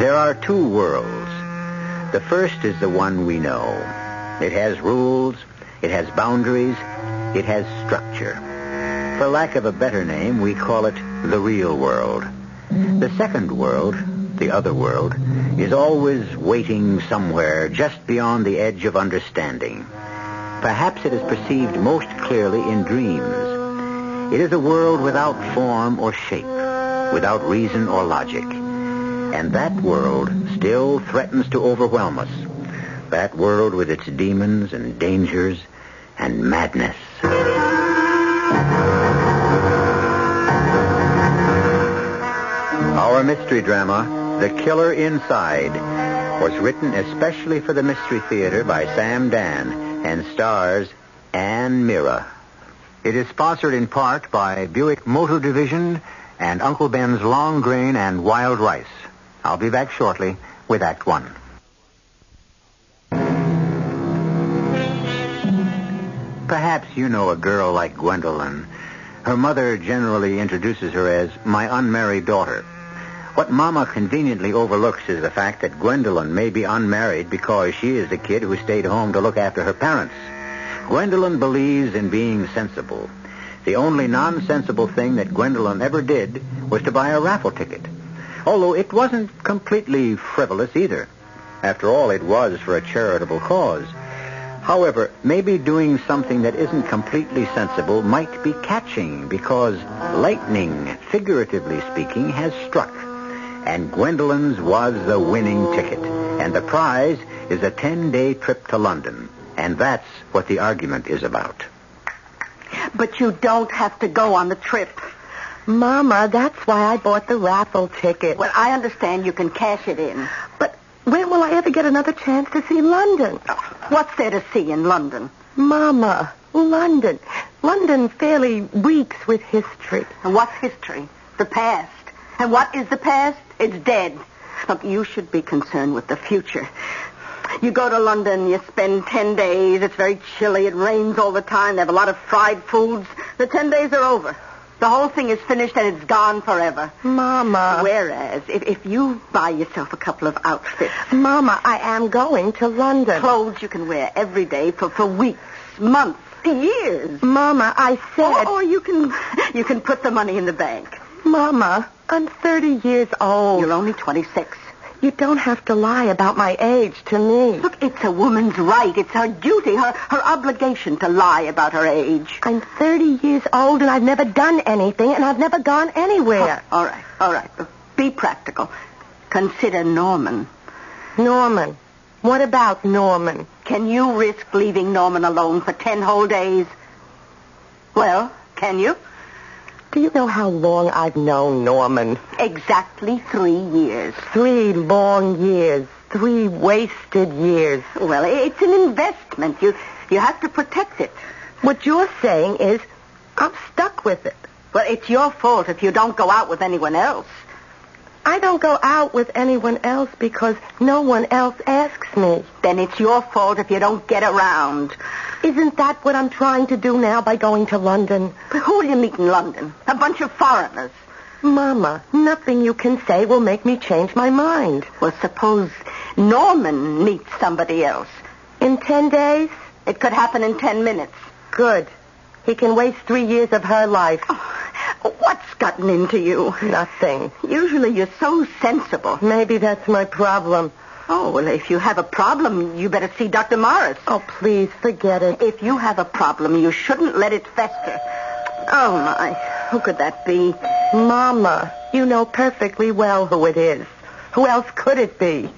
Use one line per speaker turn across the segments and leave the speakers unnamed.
There are two worlds. The first is the one we know. It has rules, it has boundaries, it has structure. For lack of a better name, we call it the real world. The second world, the other world, is always waiting somewhere just beyond the edge of understanding. Perhaps it is perceived most clearly in dreams. It is a world without form or shape, without reason or logic. And that world still threatens to overwhelm us. That world with its demons and dangers and madness. Our mystery drama, The Killer Inside, was written especially for the Mystery Theater by Sam Dan and stars Ann Mira. It is sponsored in part by Buick Motor Division and Uncle Ben's Long Grain and Wild Rice. I'll be back shortly with Act One. Perhaps you know a girl like Gwendolyn. Her mother generally introduces her as my unmarried daughter. What Mama conveniently overlooks is the fact that Gwendolyn may be unmarried because she is the kid who stayed home to look after her parents. Gwendolyn believes in being sensible. The only nonsensible thing that Gwendolyn ever did was to buy a raffle ticket. Although it wasn't completely frivolous either. After all, it was for a charitable cause. However, maybe doing something that isn't completely sensible might be catching because lightning, figuratively speaking, has struck. And Gwendolyn's was the winning ticket. And the prize is a 10-day trip to London. And that's what the argument is about.
But you don't have to go on the trip. Mama, that's why I bought the raffle ticket. Well, I understand you can cash it in. But when will I ever get another chance to see London? What's there to see in London? Mama, London. London fairly reeks with history. And what's history? The past. And what is the past? It's dead. Look, you should be concerned with the future. You go to London, you spend ten days, it's very chilly, it rains all the time, they have a lot of fried foods. The ten days are over. The whole thing is finished and it's gone forever. Mama. Whereas, if, if you buy yourself a couple of outfits. Mama, I am going to London. Clothes you can wear every day for, for weeks, months, years. Mama, I said. Or, or you can you can put the money in the bank. Mama, I'm 30 years old. You're only 26. You don't have to lie about my age to me. Look, it's a woman's right. It's her duty, her, her obligation to lie about her age. I'm 30 years old and I've never done anything and I've never gone anywhere. Oh, all right, all right. Be practical. Consider Norman. Norman? What about Norman? Can you risk leaving Norman alone for ten whole days? Well, can you? Do you know how long I've known Norman? Exactly three years. Three long years. Three wasted years. Well, it's an investment. You you have to protect it. What you're saying is I'm stuck with it. Well, it's your fault if you don't go out with anyone else. I don't go out with anyone else because no one else asks me. Then it's your fault if you don't get around. Isn't that what I'm trying to do now by going to London? But who will you meet in London? A bunch of foreigners. Mama, nothing you can say will make me change my mind. Well, suppose Norman meets somebody else. In ten days? It could happen in ten minutes. Good. He can waste three years of her life. what's gotten into you? Nothing. Usually you're so sensible. Maybe that's my problem. Oh, well, if you have a problem, you better see Dr. Morris. Oh, please, forget it. If you have a problem, you shouldn't let it fester. Oh, my. Who could that be? Mama, you know perfectly well who it is. Who else could it be?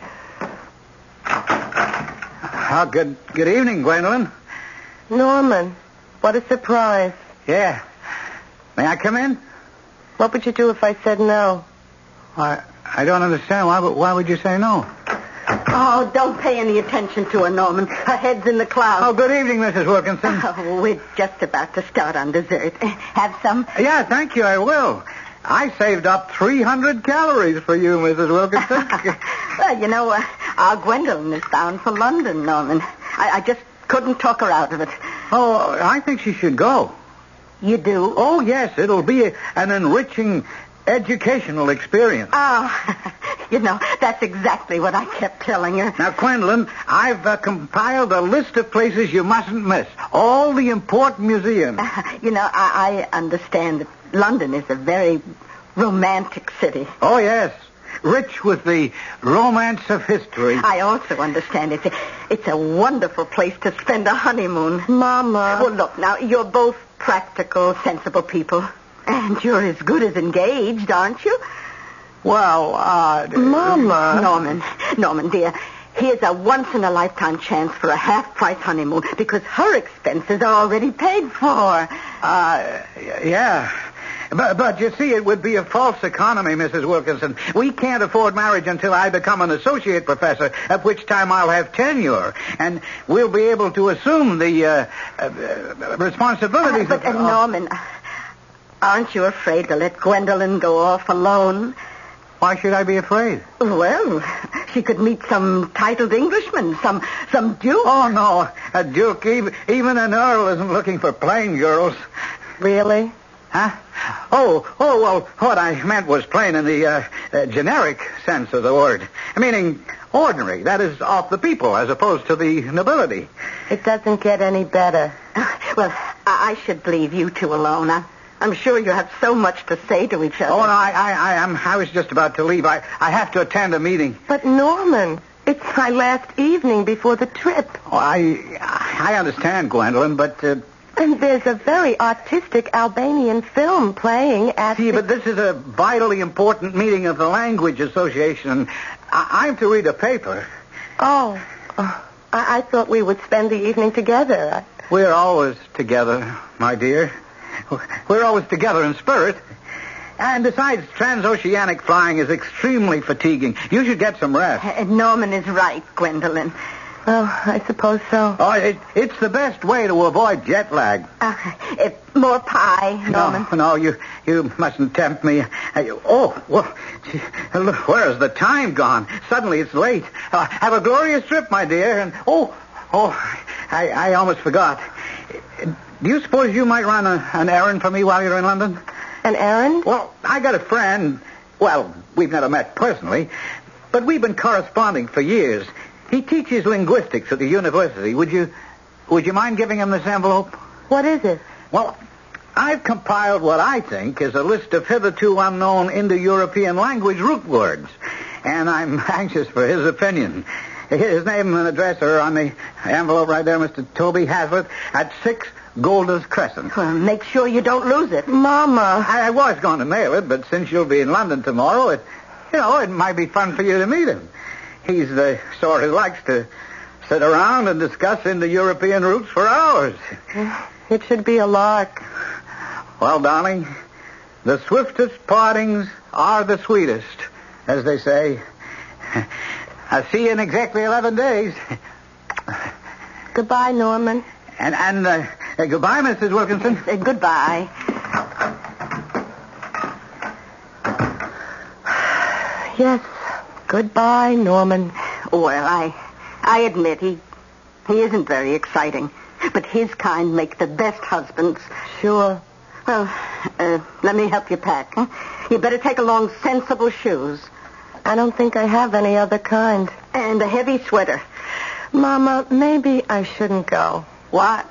Ah, good, good evening, Gwendolyn.
Norman, what a surprise.
Yeah. May I come in?
What would you do if I said no?
I, I don't understand why, but why would you say no?
Oh, don't pay any attention to her, Norman. Her head's in the
Oh,
clouds.
good evening, Mrs. Wilkinson.
Oh, we're just about to start on dessert. Have some?
Yeah, thank you, I will. I saved up 300 calories for you, Mrs. Wilkinson.
well, you know, uh, our Gwendolyn is bound for London, Norman. I, I just couldn't talk her out of it.
oh, I think she should go.
You do?
Oh, yes, it'll be an enriching educational experience.
Oh, you know, that's exactly what I kept telling her.
Now, Quinlan, I've uh, compiled a list of places you mustn't miss. All the important museums.
You know, I, I understand that London is a very romantic city.
Oh, yes. Rich with the romance of history.
I also understand it's a, it's a wonderful place to spend a honeymoon. Mama. Well, look, now, you're both practical, sensible people. And you're as good as engaged, aren't you?
Well, uh...
Mama. Norman, Norman, dear, here's a once-in-a-lifetime chance for a half-price honeymoon because her expenses are already paid for.
Uh, y- yeah. But, but you see, it would be a false economy, Mrs. Wilkinson. We can't afford marriage until I become an associate professor, at which time I'll have tenure, and we'll be able to assume the uh, uh, responsibilities
but,
of...
uh, Norman, aren't you afraid to let Gwendolyn go off alone?
Why should I be afraid?
Well, she could meet some titled Englishman, some some duke.
Oh, no. A duke, even, even an earl isn't looking for plain girls.
really?
Huh? Oh, oh, well, what I meant was plain in the uh, uh, generic sense of the word, meaning ordinary, that is, off the people, as opposed to the nobility.
It doesn't get any better. Well, I, I should leave you two alone. I, I'm sure you have so much to say to each other.
Oh, no, I, I, I, am I was just about to leave. I, I have to attend a meeting.
But Norman, it's my last evening before the trip.
Oh, I, I understand, Gwendolyn, but, uh,
And there's a very artistic Albanian film playing at
see, but this is a vitally important meeting of the Language Association, and I, I'm to read a paper.
Oh, oh, I, I thought we would spend the evening together.
We're always together, my dear. We're always together in spirit. And besides, transoceanic flying is extremely fatiguing. You should get some rest.
Uh, Norman is right, Gwendolyn. Well, Oh, I suppose so.
Oh, it, it's the best way to avoid jet lag.
Uh, eh, more pie, Norman.
No, no, you you mustn't tempt me. Uh, you- Oh, well, gee, look, where has the time gone? Suddenly it's late. Uh, have a glorious trip, my dear. And oh, oh, I, I almost forgot. Do you suppose you might run a, an errand for me while you're in London?
An errand?
Well, I got a friend. Well, we've never met personally, but we've been corresponding for years. He teaches linguistics at the university. Would you, would you mind giving him this envelope?
What is it?
Well, I've compiled what I think is a list of hitherto unknown Indo-European language root words, and I'm anxious for his opinion. His name and address are on the envelope right there, Mr. Toby Hazlitt, at 6 Golders Crescent.
Well, make sure you don't lose it. Mama.
I, I was going to mail it, but since you'll be in London tomorrow, it, you know, it might be fun for you to meet him. He's the sort who likes to sit around and discuss Indo-European roots for hours.
It should be a lark.
Well, darling, the swiftest partings are the sweetest, as they say. I'll see you in exactly 11 days.
Goodbye, Norman.
And, and uh, uh, goodbye, Mrs. Wilkinson.
Uh, goodbye. Yes, goodbye, Norman. Well, I, I admit he, he isn't very exciting, but his kind make the best husbands. Sure. Well, uh, let me help you pack. You better take along sensible shoes. I don't think I have any other kind. And a heavy sweater. Mama, maybe I shouldn't go. What?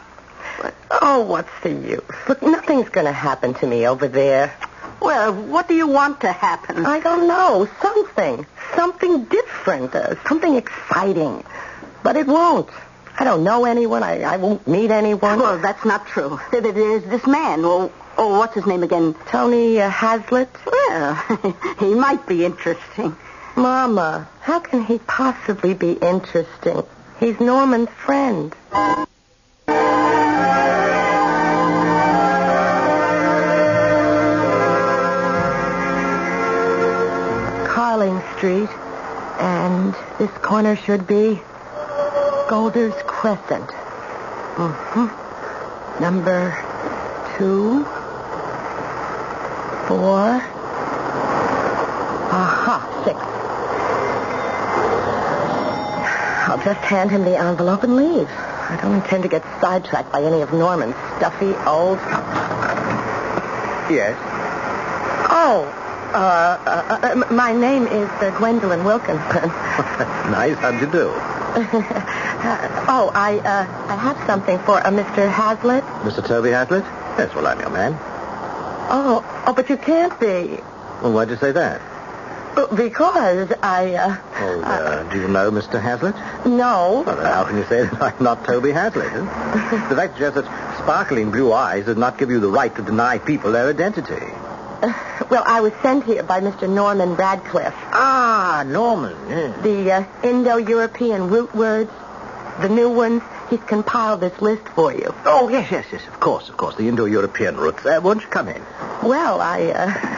Oh, what's the use? Look, nothing's going to happen to me over there. Well, what do you want to happen? I don't know. Something. Something different. Uh, something exciting. But it won't. I don't know anyone. I, I won't meet anyone. Well, that's not true. There- there- There's this man. Oh, oh what's his name again? Tony uh, Hazlitt. Well, he might be interesting. Mama, how can he possibly be interesting? He's Norman's friend. Carly Street, and this corner should be Golders Crescent. Mm-hmm. Number two, four, aha, six. I'll just hand him the envelope and leave. I don't intend to get sidetracked by any of Norman's stuffy old.
Yes.
Oh, uh, uh, uh, m- my name is uh, Gwendolyn Wilkinson.
nice. How'd you do?
oh, I uh, I have something for uh, Mr. Hazlitt.
Mr. Toby Haslett? Yes, well, I'm your man.
Oh, oh, but you can't be
Well, why'd you say that?
b- because I uh,
Well, uh, do you know Mr. Haslett? Well,
no.
then how can you say that I'm not Toby Haslett? Huh? the fact is just that sparkling blue eyes does not give you the right to deny people their identity.
Well, I was sent here by Mr. Norman Radcliffe.
Ah, Norman. yes.
The uh, Indo-European root words, the new ones. He's compiled this list for you.
Oh, yes, yes, yes, of course, of course. The Indo-European roots. Uh, won't you come in?
Well, I. Uh,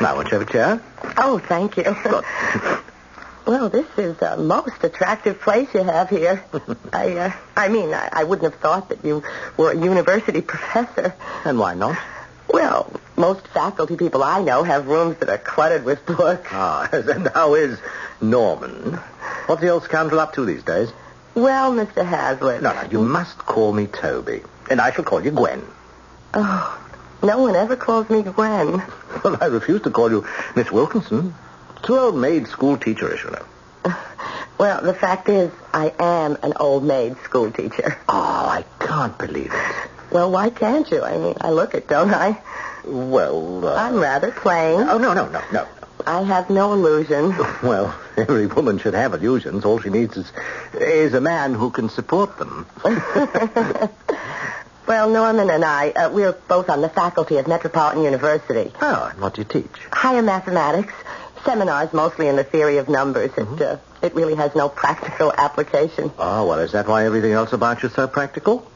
Now, won't you have a chair?
oh, thank you. Well, this is the most attractive place you have here. I, uh, I mean, I, I wouldn't have thought that you were a university professor.
And why not?
Well, most faculty people I know have rooms that are cluttered with books.
Ah, and how is Norman? What's the old scoundrel up to these days?
Well, Mr. Hazlitt.
No, no, you must call me Toby. And I shall call you Gwen.
Oh, no one ever calls me Gwen.
Well, I refuse to call you Miss Wilkinson. It's an old maid school teacherish, you know.
Well, the fact is, I am an old maid school teacher.
Oh, I can't believe it.
Well, why can't you? I mean, I look it, don't I?
Well, uh...
I'm rather plain.
Oh, no, no, no, no.
I have no illusion.
Well, every woman should have illusions. All she needs is, is a man who can support them.
Well, Norman and I, uh, we're both on the faculty at Metropolitan University.
Oh, and what do you teach?
Higher mathematics, seminars mostly in the theory of numbers.
Mm-hmm.
It, uh, it really has no practical application.
Oh, well, is that why everything else about you's so practical?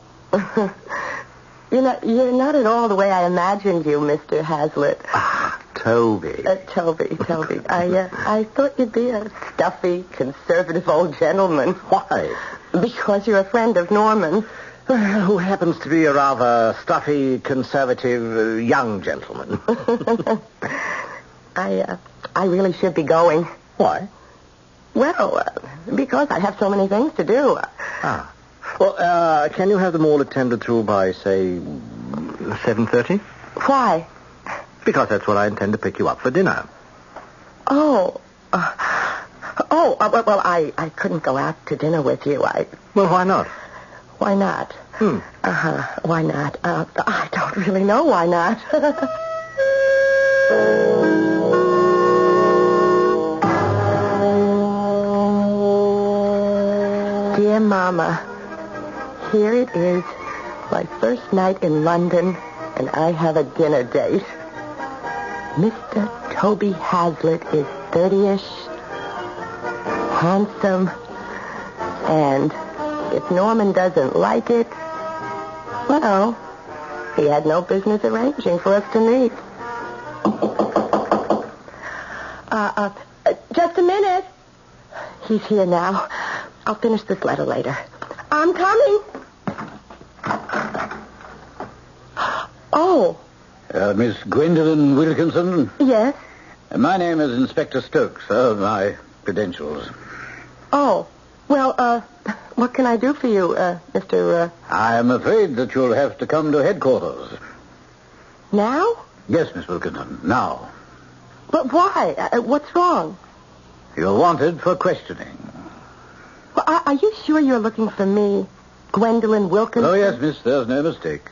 You're not, you're not at all the way I imagined you, Mr. Hazlitt.
Ah, Toby.
Uh, Toby, Toby, I, uh, I thought you'd be a stuffy, conservative old gentleman.
Why?
Because you're a friend of
Well,
Norman.
Uh, who happens to be a rather stuffy, conservative uh, young gentleman.
I, uh, I really should be going.
Why?
Well, uh, because I have so many things to do.
Ah. Well, uh, can you have them all attended to by, say, 7.30?
Why?
Because that's when I intend to pick you up for dinner.
Oh, uh, oh, uh, well, well, I, I couldn't go out to dinner with you. I,
Well, why not?
why not?
Hmm.
Uh-huh, why not? Uh, I don't really know why not. Dear Mama, here it is, my first night in London, and I have a dinner date. Mr. Toby Hazlitt is 30ish, handsome, and if Norman doesn't like it, well, he had no business arranging for us to meet. Uh, uh, uh, just a minute. He's here now. I'll finish this letter later. I'm coming. Oh,
Uh, Miss Gwendolyn Wilkinson,
yes.
my name is Inspector Stokes. Uh, my credentials.
Oh, well, uh, what can I do for you, uh, Mr. Uh,
I'm afraid that you'll have to come to headquarters.
now?
Yes, Miss Wilkinson, now.
But why? Uh, what's wrong?
You're wanted for questioning.
Well, are, are you sure you're looking for me, Gwendolyn Wilkinson?
Oh, yes, miss, there's no mistake.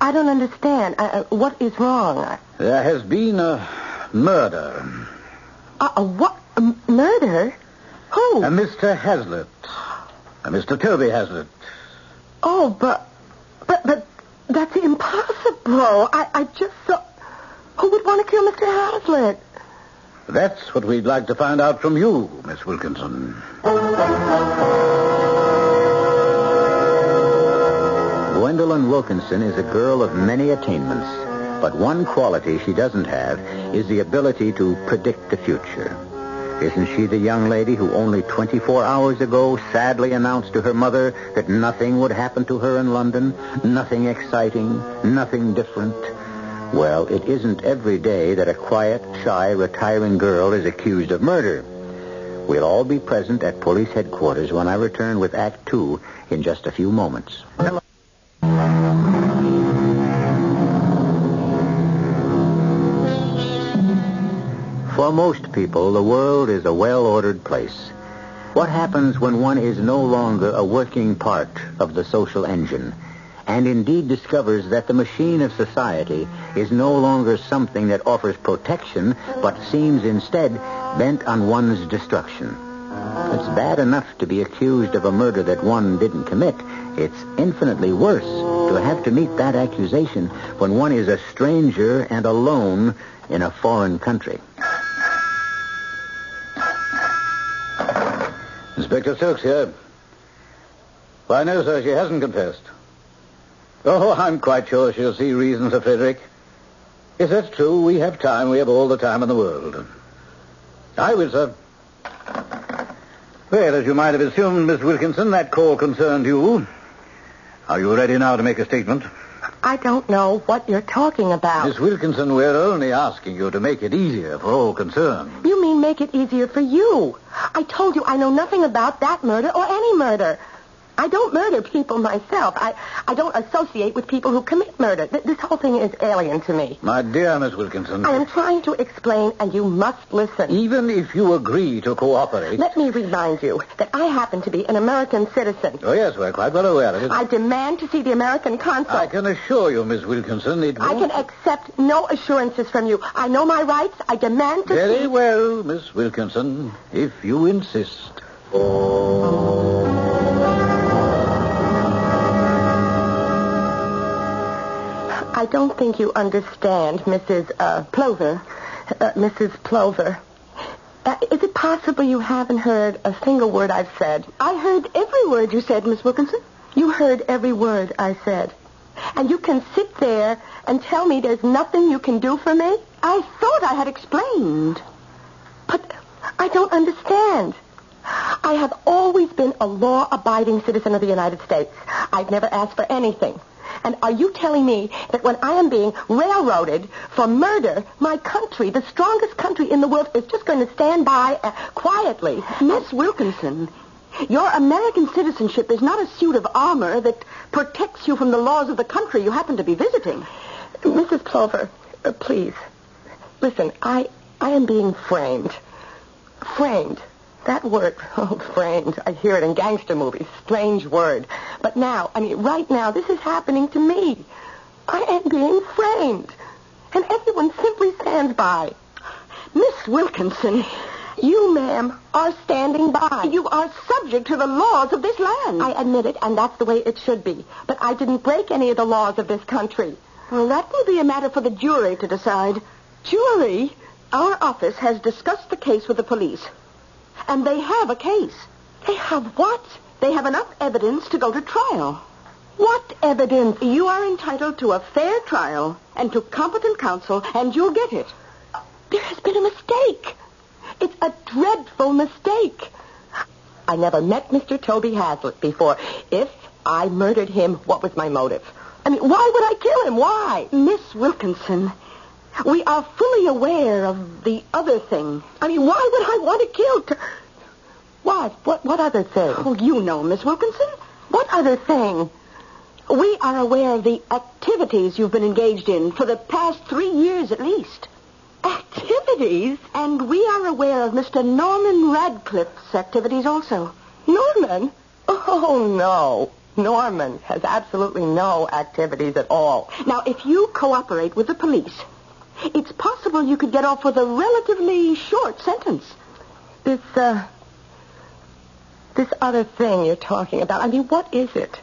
I don't understand. Uh, uh, what is wrong? Uh,
There has been a murder.
uh, what? M- murder? Who?
A Mr. Hazlitt. A Mr. Toby Hazlitt.
oh, but, but, but that's impossible. I, I just saw. Who would want to kill Mr. Hazlitt?
That's what we'd like to find out from you, Miss Wilkinson. Gwendolyn Wilkinson is a girl of many attainments, But one quality she doesn't have is the ability to predict the future. Isn't she the young lady who only 24 hours ago sadly announced to her mother that nothing would happen to her in London? Nothing exciting? Nothing different? Well, it isn't every day that a quiet, shy, retiring girl is accused of murder. We'll all be present at police headquarters when I return with Act Two in just a few moments. For most people, the world is a well-ordered place. What happens when one is no longer a working part of the social engine, and indeed discovers that the machine of society is no longer something that offers protection, but seems instead bent on one's destruction? It's bad enough to be accused of a murder that one didn't commit. It's infinitely worse to have to meet that accusation when one is a stranger and alone in a foreign country. Inspector Silks here. Why, no, sir, she hasn't confessed. Oh, I'm quite sure she'll see reason, Sir Frederick. If that's true, we have time. We have all the time in the world. I will, sir. Well, as you might have assumed, Miss Wilkinson, that call concerned you. Are you ready now to make a statement?
I don't know what you're talking about.
Miss Wilkinson, we're only asking you to make it easier for all concerned.
You mean make it easier for you. I told you I know nothing about that murder or any murder. I don't murder people myself. I, I don't associate with people who commit murder. Th- this whole thing is alien to me.
My dear Miss Wilkinson,
I am trying to explain, and you must listen.
even if you agree to cooperate.
Let me remind you that I happen to be an American citizen.
Oh, yes, we're quite well aware of it.
I demand to see the American consul.
I can assure you, Miss Wilkinson, it
I
won't-
can accept no assurances from you. I know my rights. I demand to
Very
see...
well, Miss Wilkinson, if you insist.
I don't think you understand, Mrs. Uh, Plover. Uh, Mrs. Plover. Uh, is it possible you haven't heard a single word I've said? I heard every word you said, Miss Wilkinson. You heard every word I said. And you can sit there and tell me there's nothing you can do for me? I thought I had explained. But I don't understand. I have always been a law-abiding citizen of the United States. I've never asked for anything. And are you telling me that when I am being railroaded for murder, my country, the strongest country in the world, is just going to stand by uh, quietly? Miss Wilkinson, your American citizenship is not a suit of armor that protects you from the laws of the country you happen to be visiting. Mrs. Plover, uh, please, Listen, I I am being framed. Framed. That word, oh, framed. I hear it in gangster movies. Strange word. But now, I mean, right now, this is happening to me. I am being framed. And everyone simply stands by. Miss Wilkinson, you, ma'am, are standing by. You are subject to the laws of this land. I admit it, and that's the way it should be. But I didn't break any of the laws of this country. Well, that will be a matter for the jury to decide. Jury? Our office has discussed the case with the police. And they have a case. They have what? They have enough evidence to go to trial. What evidence? You are entitled to a fair trial and to competent counsel, and you'll get it. There has been a mistake. It's a dreadful mistake. I never met Mr. Toby Hazlitt before. If I murdered him, what was my motive? I mean, why would I kill him? Why? Miss Wilkinson, we are fully aware of the other thing. I mean, why would I want to kill... T- what? What? What other thing? Oh, you know, Miss Wilkinson. What other thing? We are aware of the activities you've been engaged in for the past three years at least. Activities? And we are aware of Mr. Norman Radcliffe's activities also. Norman? Oh, no. Norman has absolutely no activities at all. Now, if you cooperate with the police, it's possible you could get off with a relatively short sentence. This, uh, this other thing you're talking about, I mean, what is it?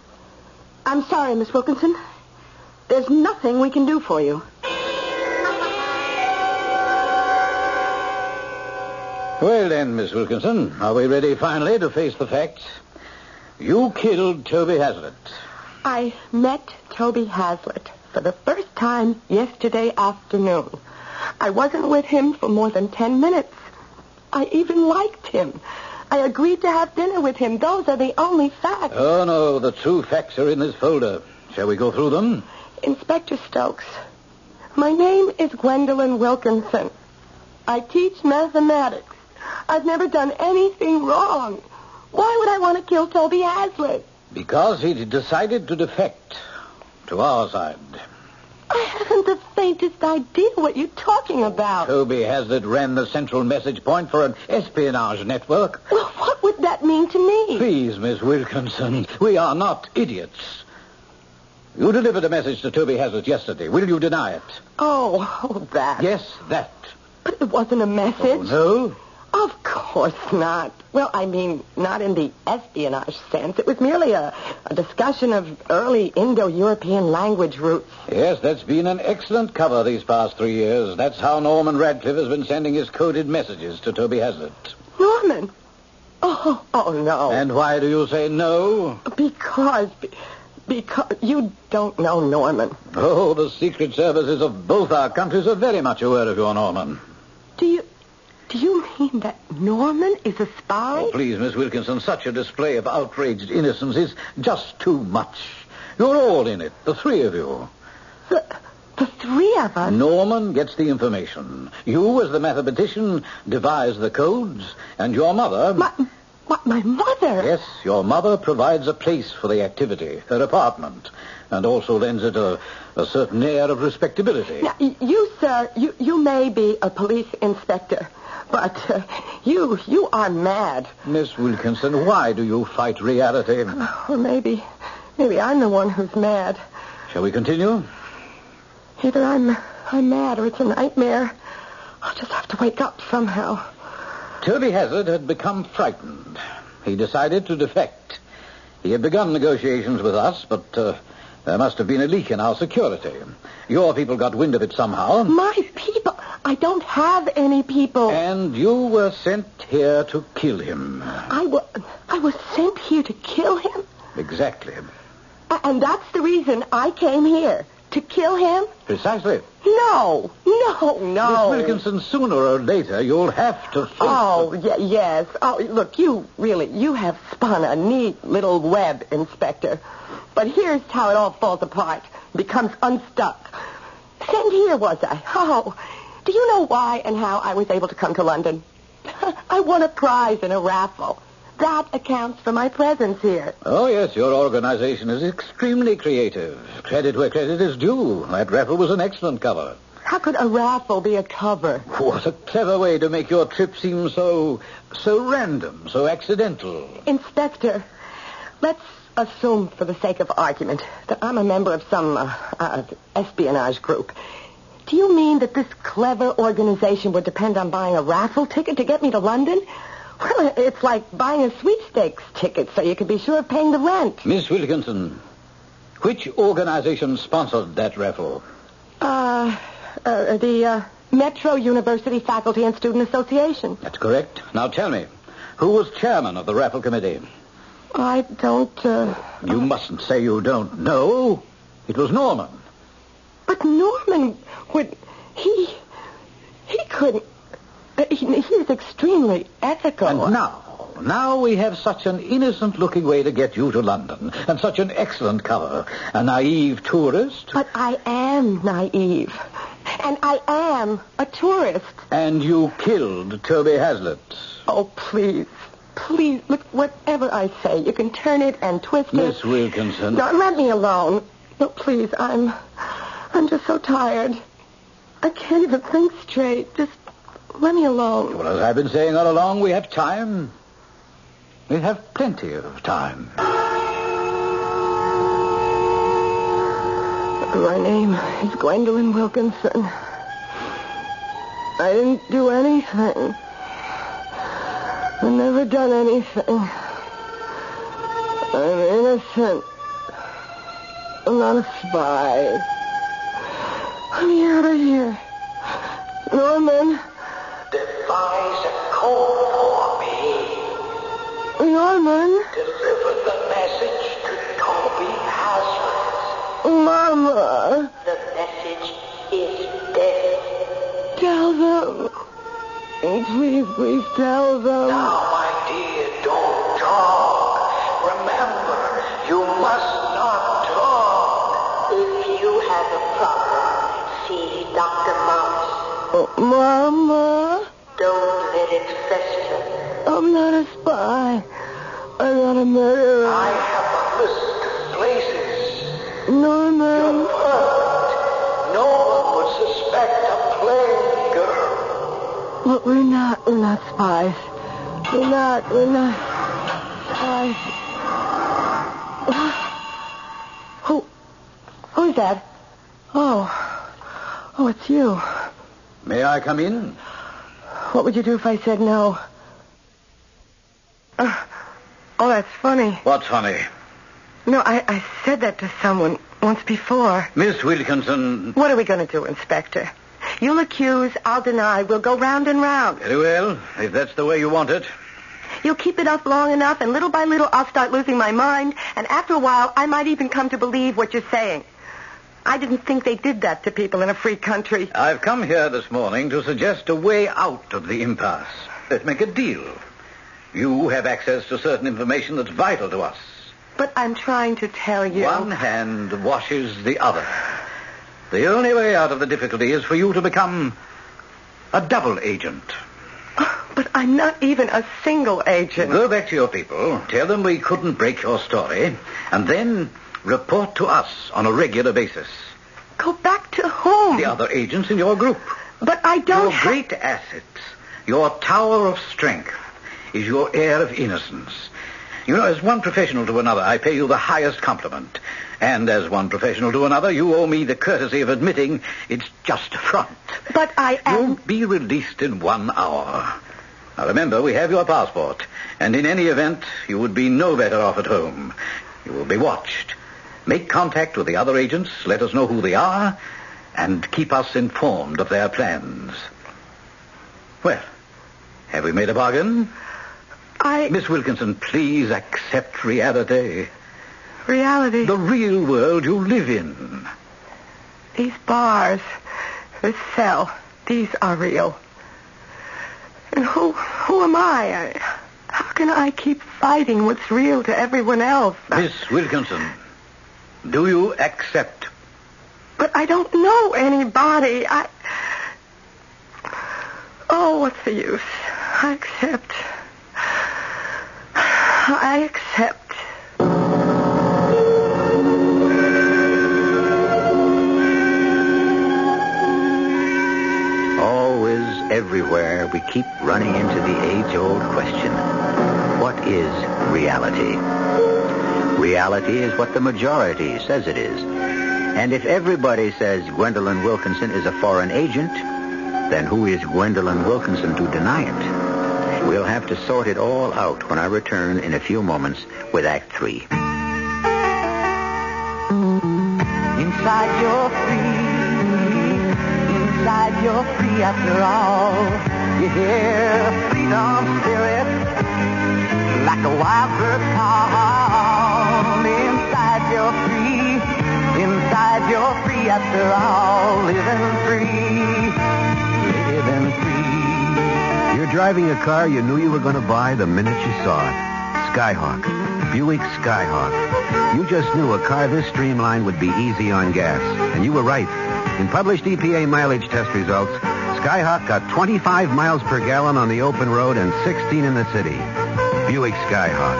I'm sorry, Miss Wilkinson. There's nothing we can do for you.
Well, then, Miss Wilkinson, are we ready finally to face the facts? You killed Toby Hazlitt.
I met Toby Hazlitt for the first time yesterday afternoon. I wasn't with him for more than ten minutes. I even liked him. I agreed to have dinner with him. Those are the only facts.
Oh, no, the true facts are in this folder. Shall we go through them?
Inspector Stokes, my name is Gwendolyn Wilkinson. I teach mathematics. I've never done anything wrong. Why would I want to kill Toby Hazlitt?
Because he decided to defect to our side.
I haven't the faintest idea what you're talking about.
Toby Hazlitt ran the central message point for an espionage network.
Well, what would that mean to me?
Please, Miss Wilkinson, we are not idiots. You delivered a message to Toby Hazlitt yesterday. Will you deny it?
Oh, oh, that.
Yes, that.
But it wasn't a message.
Oh, No?
Of course not. Well, I mean, not in the espionage sense. It was merely a, a discussion of early Indo-European language roots.
Yes, that's been an excellent cover these past three years. That's how Norman Radcliffe has been sending his coded messages to Toby Hazlitt.
Norman. Oh, oh no.
And why do you say no?
Because, because you don't know Norman.
Oh, the secret services of both our countries are very much aware of your Norman.
Do you, do you mean that Norman is a spy?
Oh, please, Miss Wilkinson, such a display of outraged innocence is just too much. You're all in it, the three of you.
The, the three of us.
Norman gets the information. You, as the mathematician, devise the codes, and your mother.
My, my, my mother.
Yes, your mother provides a place for the activity, her apartment, and also lends it a, a certain air of respectability.
Now, y- you, sir, you, you may be a police inspector, but uh, you you are mad.
Miss Wilkinson, why do you fight reality?
Or maybe maybe I'm the one who's mad.
Shall we continue?
Either I'm I'm mad or it's a nightmare. I'll just have to wake up somehow.
Toby Hazard had become frightened. He decided to defect. He had begun negotiations with us, but uh, there must have been a leak in our security. Your people got wind of it somehow.
My people, I don't have any people.
And you were sent here to kill him.
I wa- I was sent here to kill him,
Exactly.
A- and that's the reason I came here to kill him.
Precisely.
No, no, no.
Miss Wilkinson, sooner or later, you'll have to. face
Oh, y- yes. Oh, look, you really, you have spun a neat little web, Inspector. But here's how it all falls apart, becomes unstuck. Send here, was I? Oh, do you know why and how I was able to come to London? I won a prize in a raffle. That accounts for my presence here.
Oh, yes, your organization is extremely creative. Credit where credit is due. That raffle was an excellent cover.
How could a raffle be a cover?
What a clever way to make your trip seem so, so random, so accidental.
Inspector, let's assume for the sake of argument that I'm a member of some uh, uh, espionage group. Do you mean that this clever organization would depend on buying a raffle ticket to get me to London? Well, it's like buying a sweepstakes ticket so you can be sure of paying the rent.
Miss Wilkinson, which organization sponsored that raffle?
Uh, uh the uh, Metro University Faculty and Student Association.
That's correct. Now tell me, who was chairman of the raffle committee?
I don't, uh...
You mustn't say you don't know. It was Norman.
But Norman would he he couldn't. uh, He, he is extremely ethical.
And now, now we have such an innocent-looking way to get you to London, and such an excellent cover. A naive tourist,
But I am naive, and I am a tourist.
and you killed Toby Hazlitt.
Oh please, please look. Whatever I say, you can turn it and twist
Miss
it.
Wilkinson.
No, let me alone. No, please. I'm I'm just so tired. I can't even think straight. Just let me alone.
Well, as I've been saying all along, we have time. We have plenty of time.
My name is Gwendolyn Wilkinson. I didn't do anything. I've never done anything. I'm innocent. I'm not a spy. Let me out of here. Norman.
Devise a code for me.
Norman.
Deliver the message to Toby Hazard.
Mama.
strange.
Please, please tell them.
Now, my dear, don't talk. Remember, you must not talk.
If you have a problem, see Dr. Mouse.
Oh, Mama,
Don't let it fester.
I'm not a spy. I'm not a murderer.
I have a list of places.
Norman.
Perfect. No one would suspect a plain girl.
But we're not, we're not spies. We're not, we're not spies. Who, who's that? Oh, oh, it's you.
May I come in?
What would you do if I said no? Uh, oh, that's funny.
What's funny?
No, I, I said that to someone once before.
Miss Wilkinson.
What are we going to do, Inspector? You'll accuse, I'll deny. We'll go round and round.
Very well, if that's the way you want it.
You'll keep it up long enough, and little by little, I'll start losing my mind. And after a while, I might even come to believe what you're saying. I didn't think they did that to people in a free country.
I've come here this morning to suggest a way out of the impasse. Let's make a deal. You have access to certain information that's vital to us.
But I'm trying to tell you.
One hand washes the other. The only way out of the difficulty is for you to become a double agent.
But I'm not even a single agent.
Go back to your people, tell them we couldn't break your story, and then report to us on a regular basis.
Go back to whom?
The other agents in your group.
But I don't.
Your
ha-
great asset, your tower of strength, is your air of innocence. You know, as one professional to another, I pay you the highest compliment. And as one professional to another, you owe me the courtesy of admitting it's just a front.
But I am.
You'll be released in one hour. Now remember, we have your passport, and in any event, you would be no better off at home. You will be watched. Make contact with the other agents, let us know who they are, and keep us informed of their plans. Well, have we made a bargain?
I.
Miss Wilkinson, please accept reality.
reality.
The real world you live in.
These bars, this cell, these are real. And who who am I? I- How can I keep fighting what's real to everyone else? I-
Miss Wilkinson, do you accept?
but I don't know anybody. I. Oh, what's the use? I accept. I accept.
Always, everywhere, we keep running into the age-old question. What is reality? Reality is what the majority says it is. And if everybody says Gwendolyn Wilkinson is a foreign agent, then who is Gwendolyn Wilkinson to deny it? We'll have to sort it all out when I return in a few moments with Act Three.
Inside you're free. Inside you're free after all. You hear freedom spirit like a wild bird call. Inside you're free. Inside you're free after all. Living free.
Living free. You're driving a car you knew you were going to buy the minute you saw it. Skyhawk. Buick Skyhawk. You just knew a car this streamlined would be easy on gas. And you were right. In published EPA mileage test results, Skyhawk got 25 miles per gallon on the open road and 16 in the city. Buick Skyhawk.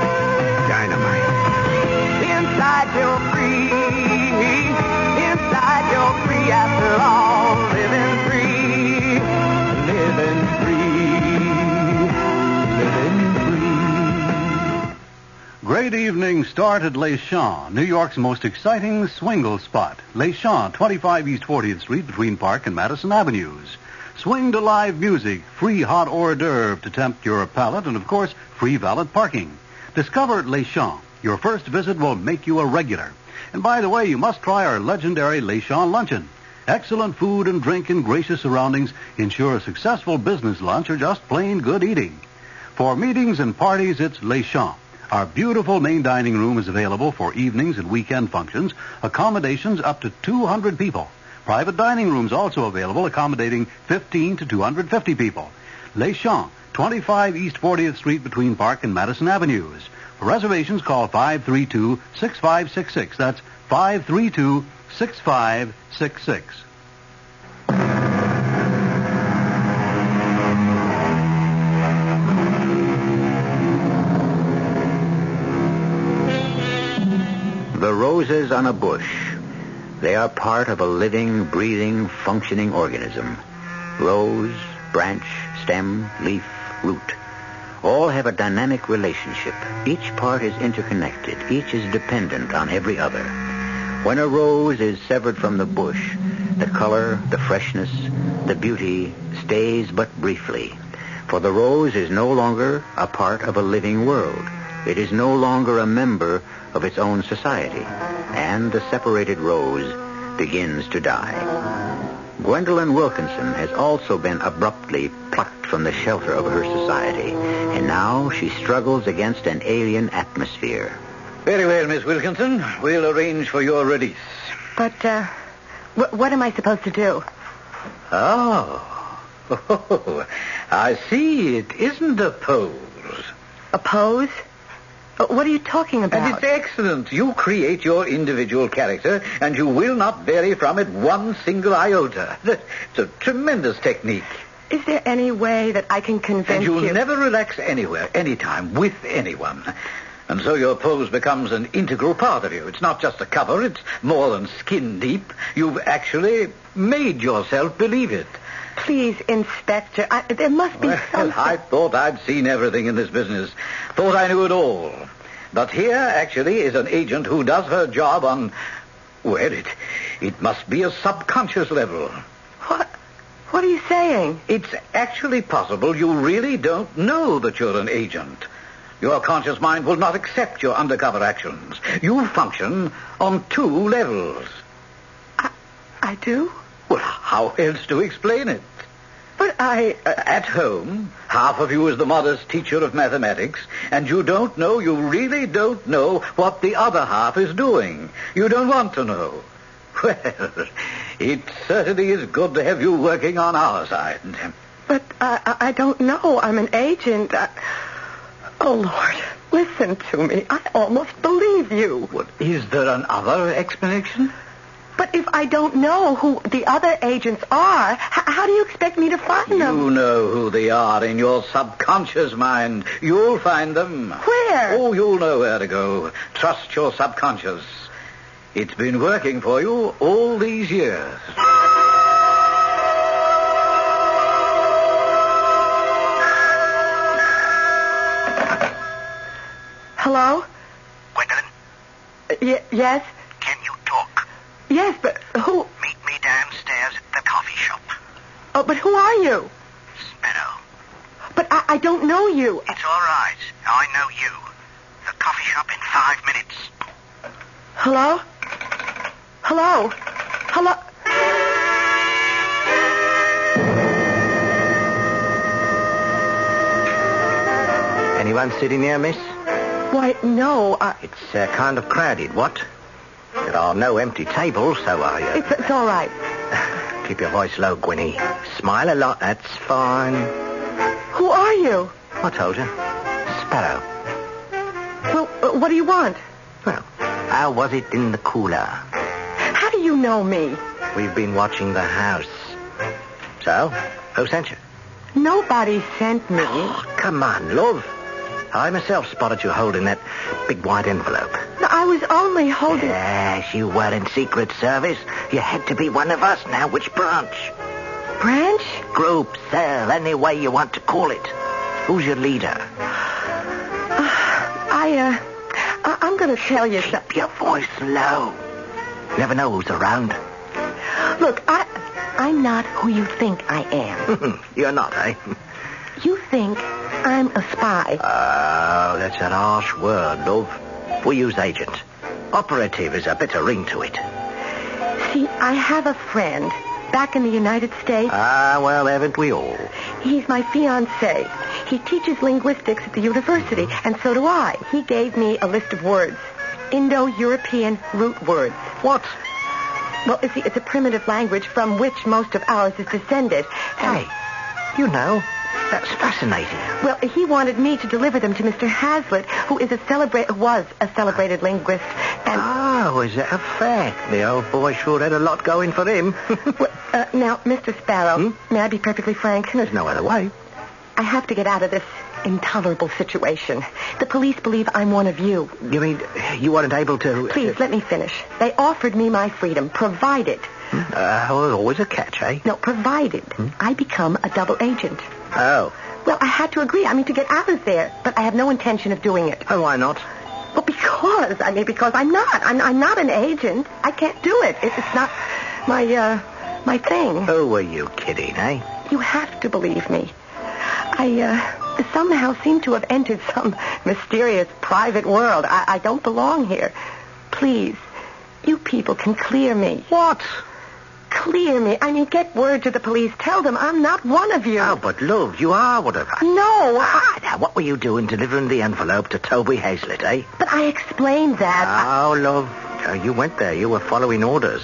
Dynamite.
Inside you're free. Inside you're free after all. Living free. Living
Great evening start at Les Champs, New York's most exciting swingle spot. Les Champs, 25 East 40th Street between Park and Madison Avenues. Swing to live music, free hot hors d'oeuvre to tempt your palate, and of course, free valet parking. Discover Les Champs. Your first visit will make you a regular. And by the way, you must try our legendary Les Champs luncheon. Excellent food and drink in gracious surroundings ensure a successful business lunch or just plain good eating. For meetings and parties, it's Les Champs. Our beautiful main dining room is available for evenings and weekend functions, accommodations up to 200 people. Private dining rooms also available, accommodating 15 to 250 people.
Les Champs, 25 East 40th Street between Park and Madison Avenues. For reservations, call 532-6566. That's 532-6566.
The roses on a bush. They are part of a living, breathing, functioning organism. Rose, branch, stem, leaf, root. All have a dynamic relationship. Each part is interconnected. Each is dependent on every other. When a rose is severed from the bush, the color, the freshness, the beauty stays but briefly. For the rose is no longer a part of a living world. It is no longer a member of its own society. And the separated rose begins to die. Gwendolyn Wilkinson has also been abruptly plucked from the shelter of her society, and now she struggles against an alien atmosphere.
Very well, Miss Wilkinson. We'll arrange for your release.
But uh, wh- what am I supposed to do?
Oh. oh. I see. It isn't a pose.
Oppose? Uh, What are you talking about?
And it's excellent. You create your individual character, and you will not vary from it one single iota. It's a tremendous technique.
Is there any way that I can convince
and you'll never relax anywhere, anytime, with anyone. And so your pose becomes an integral part of you. It's not just a cover, it's more than skin deep. You've actually made yourself believe it.
Please, Inspector, I, there must be
Well,
something.
I thought I'd seen everything in this business. Thought I knew it all. But here, actually, is an agent who does her job on... Well, it, it must be a subconscious level.
What, what are you saying?
It's actually possible you really don't know that you're an agent. Your conscious mind will not accept your undercover actions. You function on two levels.
I do?
Well, how else to explain it?
But I...
Uh, At home, half of you is the modest teacher of mathematics, and you don't know, you really don't know what the other half is doing. You don't want to know. Well, it certainly is good to have you working on our side.
But I, I- I don't know. I'm an agent. I... Oh, Lord, listen to me. I almost believe you.
What, is there another explanation?
But if I don't know who the other agents are, h- how do you expect me to find them?
You know who they are in your subconscious mind. You'll find them.
Where?
Oh, you'll know where to go. Trust your subconscious. It's been working for you all these years.
Hello?
Gwendolyn,
Y- yes?
can you talk?
Yes, but who...
Meet me downstairs at the coffee shop.
Oh, but who are you?
Sparrow.
But I, I don't know you.
It's all right. I know you. The coffee shop in five minutes.
Hello? Hello? Hello?
Anyone sitting there, miss?
Why, no. I,
It's uh, kind of crowded, what? There are no empty tables, so I... Uh...
it's, it's all right.
Keep your voice low, Gwynny. Smile a lot, that's fine.
Who are you?
I told you. Sparrow.
Well, uh, what do you want?
Well, how was it in the cooler?
How do you know me?
We've been watching the house. So, who sent you?
Nobody sent me.
Oh, come on, love. I myself spotted you holding that big white envelope.
No, I was only holding...
Yes, you were in Secret Service. You had to be one of us. Now, which branch?
Branch?
Group, cell, any way you want to call it. Who's your leader?
I, uh... I, I'm going to tell you something.
Keep your voice low. Never know who's around.
Look, uh- I... I'm not who you think I am.
You're not, eh?
You think I'm a spy.
Oh, that's an harsh word, love. We use agent. Operative is a better ring to it.
See, I have a friend back in the United States.
Ah, well, haven't we all?
He's my fiance. He teaches linguistics at the university, and so do I. He gave me a list of words. Indo-European root words.
What?
Well, you see, it's a primitive language from which most of ours is descended.
Hey, you know,
That's fascinating. Well, he wanted me to deliver them to Mr. Hazlitt, who is a celebra- was a celebrated linguist. And
Ah, was that a fact? The old boy sure had a lot going for him.
Well, uh, now, Mr. Sparrow, may I be perfectly frank?
Hmm? There's no other way.
I have to get out of this intolerable situation. The police believe I'm one of you.
You mean you weren't able to...
Please, let me finish. They offered me my freedom, provided.
Uh, well, always a catch, eh?
No, provided I become a double agent.
Oh.
Well, I had to agree. I mean, to get out of there. But I have no intention of doing it.
Oh, why not?
Well, because, I mean, because I'm not. I'm, I'm not an agent. I can't do it. It- It's not my, uh, my thing.
Who were you kidding, eh?
You have to believe me. I uh, somehow seem to have entered some mysterious private world. I, I don't belong here. Please, you people can clear me.
What?
Clear me. I mean, get word to the police. Tell them I'm not one of you.
Oh, but love, you are one of us.
No, I,
Ah, now, what were you doing delivering the envelope to Toby Hazlitt, eh?
but I explained that.
Oh, love, uh, you went there. You were following orders.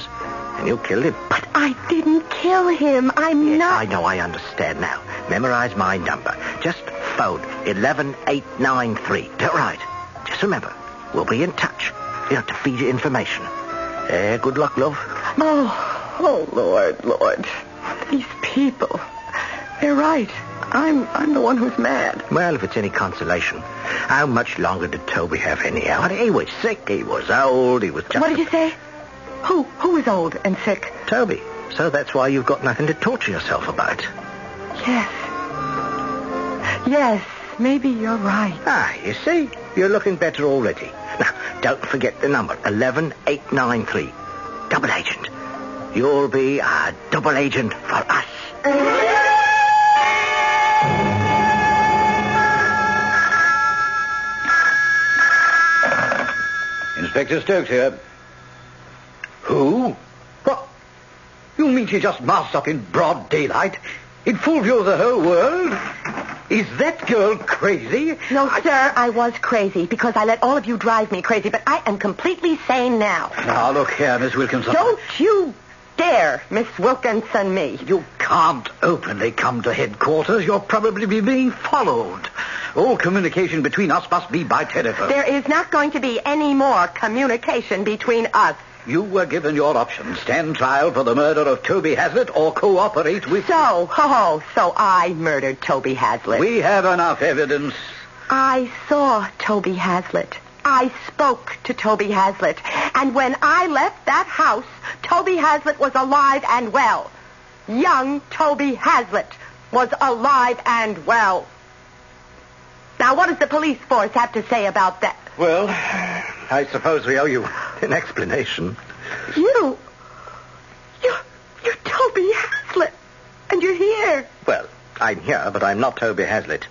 And you killed him.
but I didn't kill him. I'm
Yes,
not.
I know, I understand now. Memorize my number. Just phone 11893. Is that right? Just remember, we'll be in touch. You have to feed your information. Eh, good luck, love.
Oh, oh, Lord, Lord. These people. They're right. I'm, I'm the one who's mad.
Well, if it's any consolation, how much longer did Toby have anyhow? And He was sick, he was old, he was just...
What did you say? Who who is old and sick?
Toby. So that's why you've got nothing to torture yourself about.
Yes. Yes, maybe you're right.
Ah, you see, you're looking better already. Now, don't forget the number, 11893. Double agent. You'll be a double agent for us.
Inspector Stokes here. Who? What? You mean she just masked up in broad daylight? In full view of the whole world? Is that girl crazy?
No, sir, I was crazy because I let all of you drive me crazy, but I am completely sane now.
Now, look here, Miss Wilkinson.
Don't you dare, Miss Wilkinson, me.
You can't openly come to headquarters. You're probably being followed. All communication between us must be by telephone.
There is not going to be any more communication between us.
You were given your options. Stand trial for the murder of Toby Hazlitt or cooperate with...
So, oh, so I murdered Toby Hazlitt.
We have enough evidence.
I saw Toby Hazlitt. I spoke to Toby Hazlitt. And when I left that house, Toby Hazlitt was alive and well. Young Toby Hazlitt was alive and well. Now, what does the police force have to say about that?
Well, I suppose we owe you an explanation.
You. You. You're Toby Hazlitt. And you're here.
Well, I'm here, but I'm not Toby Hazlitt.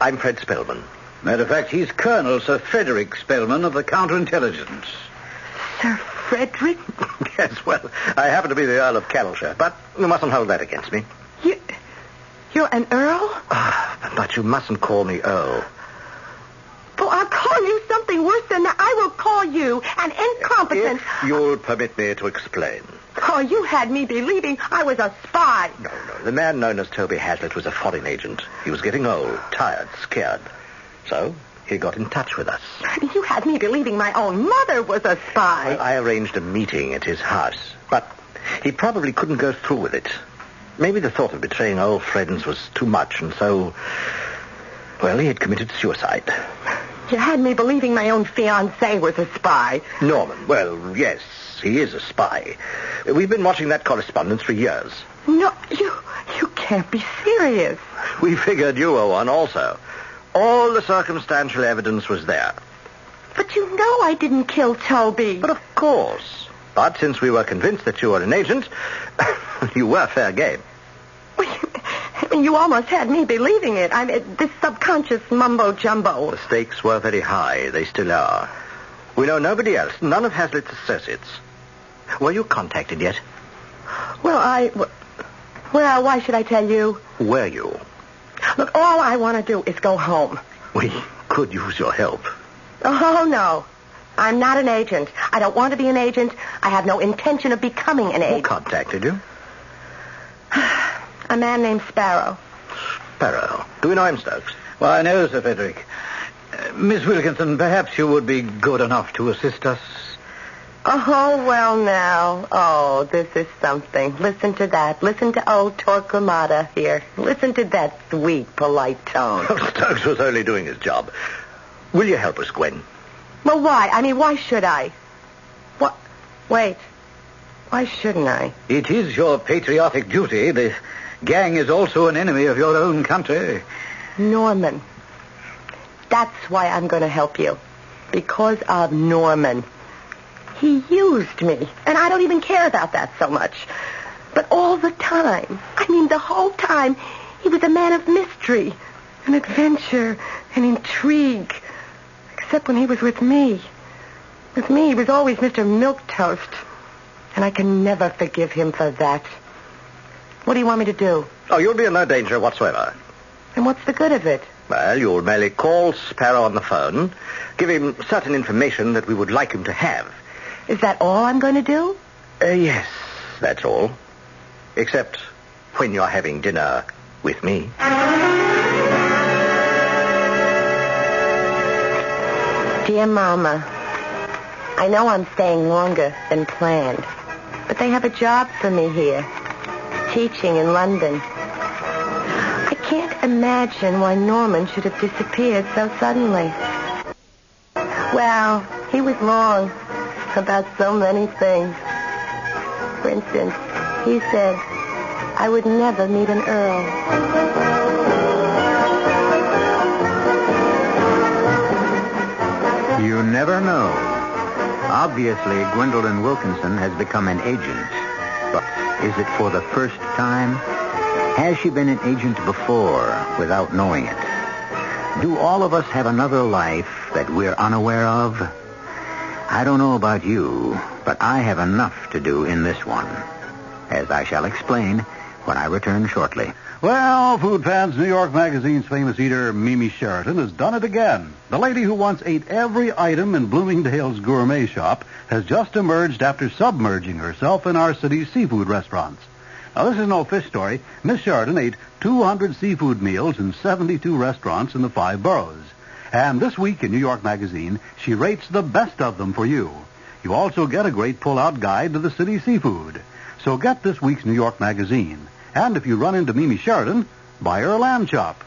I'm Fred Spellman. Matter of fact, he's Colonel Sir Frederick Spellman of the Counterintelligence.
Sir Frederick,
yes, well, I happen to be the Earl of Carrollshire, but you mustn't hold that against me.
you. You're an Earl?
Ah, but you mustn't call me Earl.
Well, Oh, I'll call you something worse than that. I will call you an incompetent.
If you'll permit me to explain.
Oh, you had me believing I was a spy.
No, no. The man known as Toby Hazlitt was a foreign agent. He was getting old, tired, scared. So he got in touch with us.
You had me believing my own mother was a spy.
Well, I arranged a meeting at his house, but he probably couldn't go through with it. Maybe the thought of betraying old friends was too much, and so, well, he had committed suicide.
You had me believing my own fiancé was a spy.
Norman, well, yes, he is a spy. We've been watching that correspondence for years.
No, you you can't be serious.
We figured you were one also. All the circumstantial evidence was there.
But you know I didn't kill Toby. oh,
But of course. But since we were convinced that you were an agent, you were fair game.
I mean, you almost had me believing it. I mean, this subconscious mumbo jumbo.
The stakes were very high. They still are. We know nobody else, none of Hazlitt's associates. Were you contacted yet?
Well, I. Well, why should I tell you?
Were you?
Look, all I want to do is go home.
We could use your help.
Oh, no. I'm not an agent. I don't want to be an agent. I have no intention of becoming an
Who
agent.
contacted you?
A man named Sparrow.
Sparrow. Do we know him, Stokes? Why, no, Sir Frederick. Uh, Miss Wilkinson, perhaps you would be good enough to assist us.
Oh, well, now. Oh, this is something. Listen to that. Listen to old Torquemada here. Listen to that sweet, polite tone.
Stokes was only doing his job. Will you help us, Gwen?
Well, why? I mean, why should I? What? Wait. Why shouldn't I?
It is your patriotic duty. The gang is also an enemy of your own country.
Norman. That's why I'm going to help you. Because of Norman. He used me, and I don't even care about that so much. But all the time, I mean the whole time, he was a man of mystery, an adventure, an intrigue. Except when he was with me. With me, he was always Mr. Milktoast. And I can never forgive him for that. What do you want me to do?
Oh, you'll be in no danger whatsoever.
And what's the good of it?
Well, you'll merely call Sparrow on the phone, give him certain information that we would like him to have.
Is that all I'm going to do?
Uh, yes, that's all. Except when you're having dinner with me.
Dear Mama, I know I'm staying longer than planned, but they have a job for me here, teaching in London. I can't imagine why Norman should have disappeared so suddenly. Well, he was wrong about so many things. For instance, he said, I would never meet an Earl.
You never know. Obviously, Gwendolyn Wilkinson has become an agent. But is it for the first time? Has she been an agent before without knowing it? Do all of us have another life that we're unaware of? I don't know about you, but I have enough to do in this one, as I shall explain when I return shortly.
Well, food fans, New York Magazine's famous eater, Mimi Sheraton, has done it again. The lady who once ate every item in Bloomingdale's gourmet shop has just emerged after submerging herself in our city's seafood restaurants. Now, this is no fish story. Miss Sheridan ate 200 seafood meals in 72 restaurants in the five boroughs. And this week in New York Magazine, she rates the best of them for you. You also get a great pull-out guide to the city's seafood. So get this week's New York Magazine. And if you run into Mimi Sheridan, buy her a lamb chop.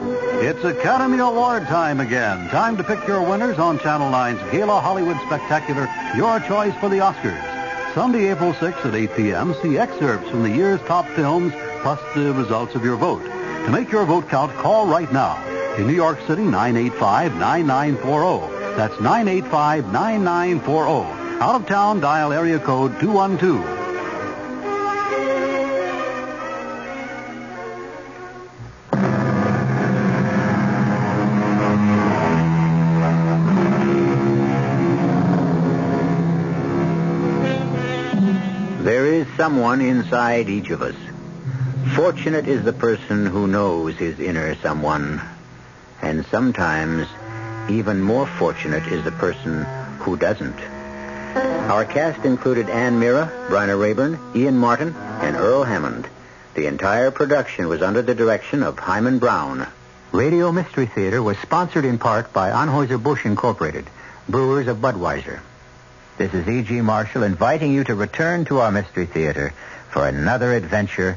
It's Academy Award time again. Time to pick your winners on Channel 9's Gala Hollywood Spectacular, Your Choice for the Oscars. Sunday, April 6th at 8 p.m., see excerpts from the year's top films, plus the results of your vote. To make your vote count, call right now. In New York City, 985-9940. That's 985-9940. Out of town, dial area code 212.
There is someone inside each of us. Fortunate is the person who knows his inner someone. And sometimes, even more fortunate is the person who doesn't. Our cast included Ann Mira, Bryna Rayburn, Ian Martin, and Earl Hammond. The entire production was under the direction of Hyman Brown. Radio Mystery Theater was sponsored in part by Anheuser-Busch Incorporated, Brewers of Budweiser. This is E.G. Marshall inviting you to return to our Mystery Theater for another adventure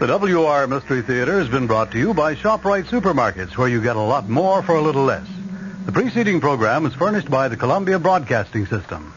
The WR Mystery Theater has been brought to you by ShopRite Supermarkets, where you get a lot more for a little less. The preceding program is furnished by the Columbia Broadcasting System.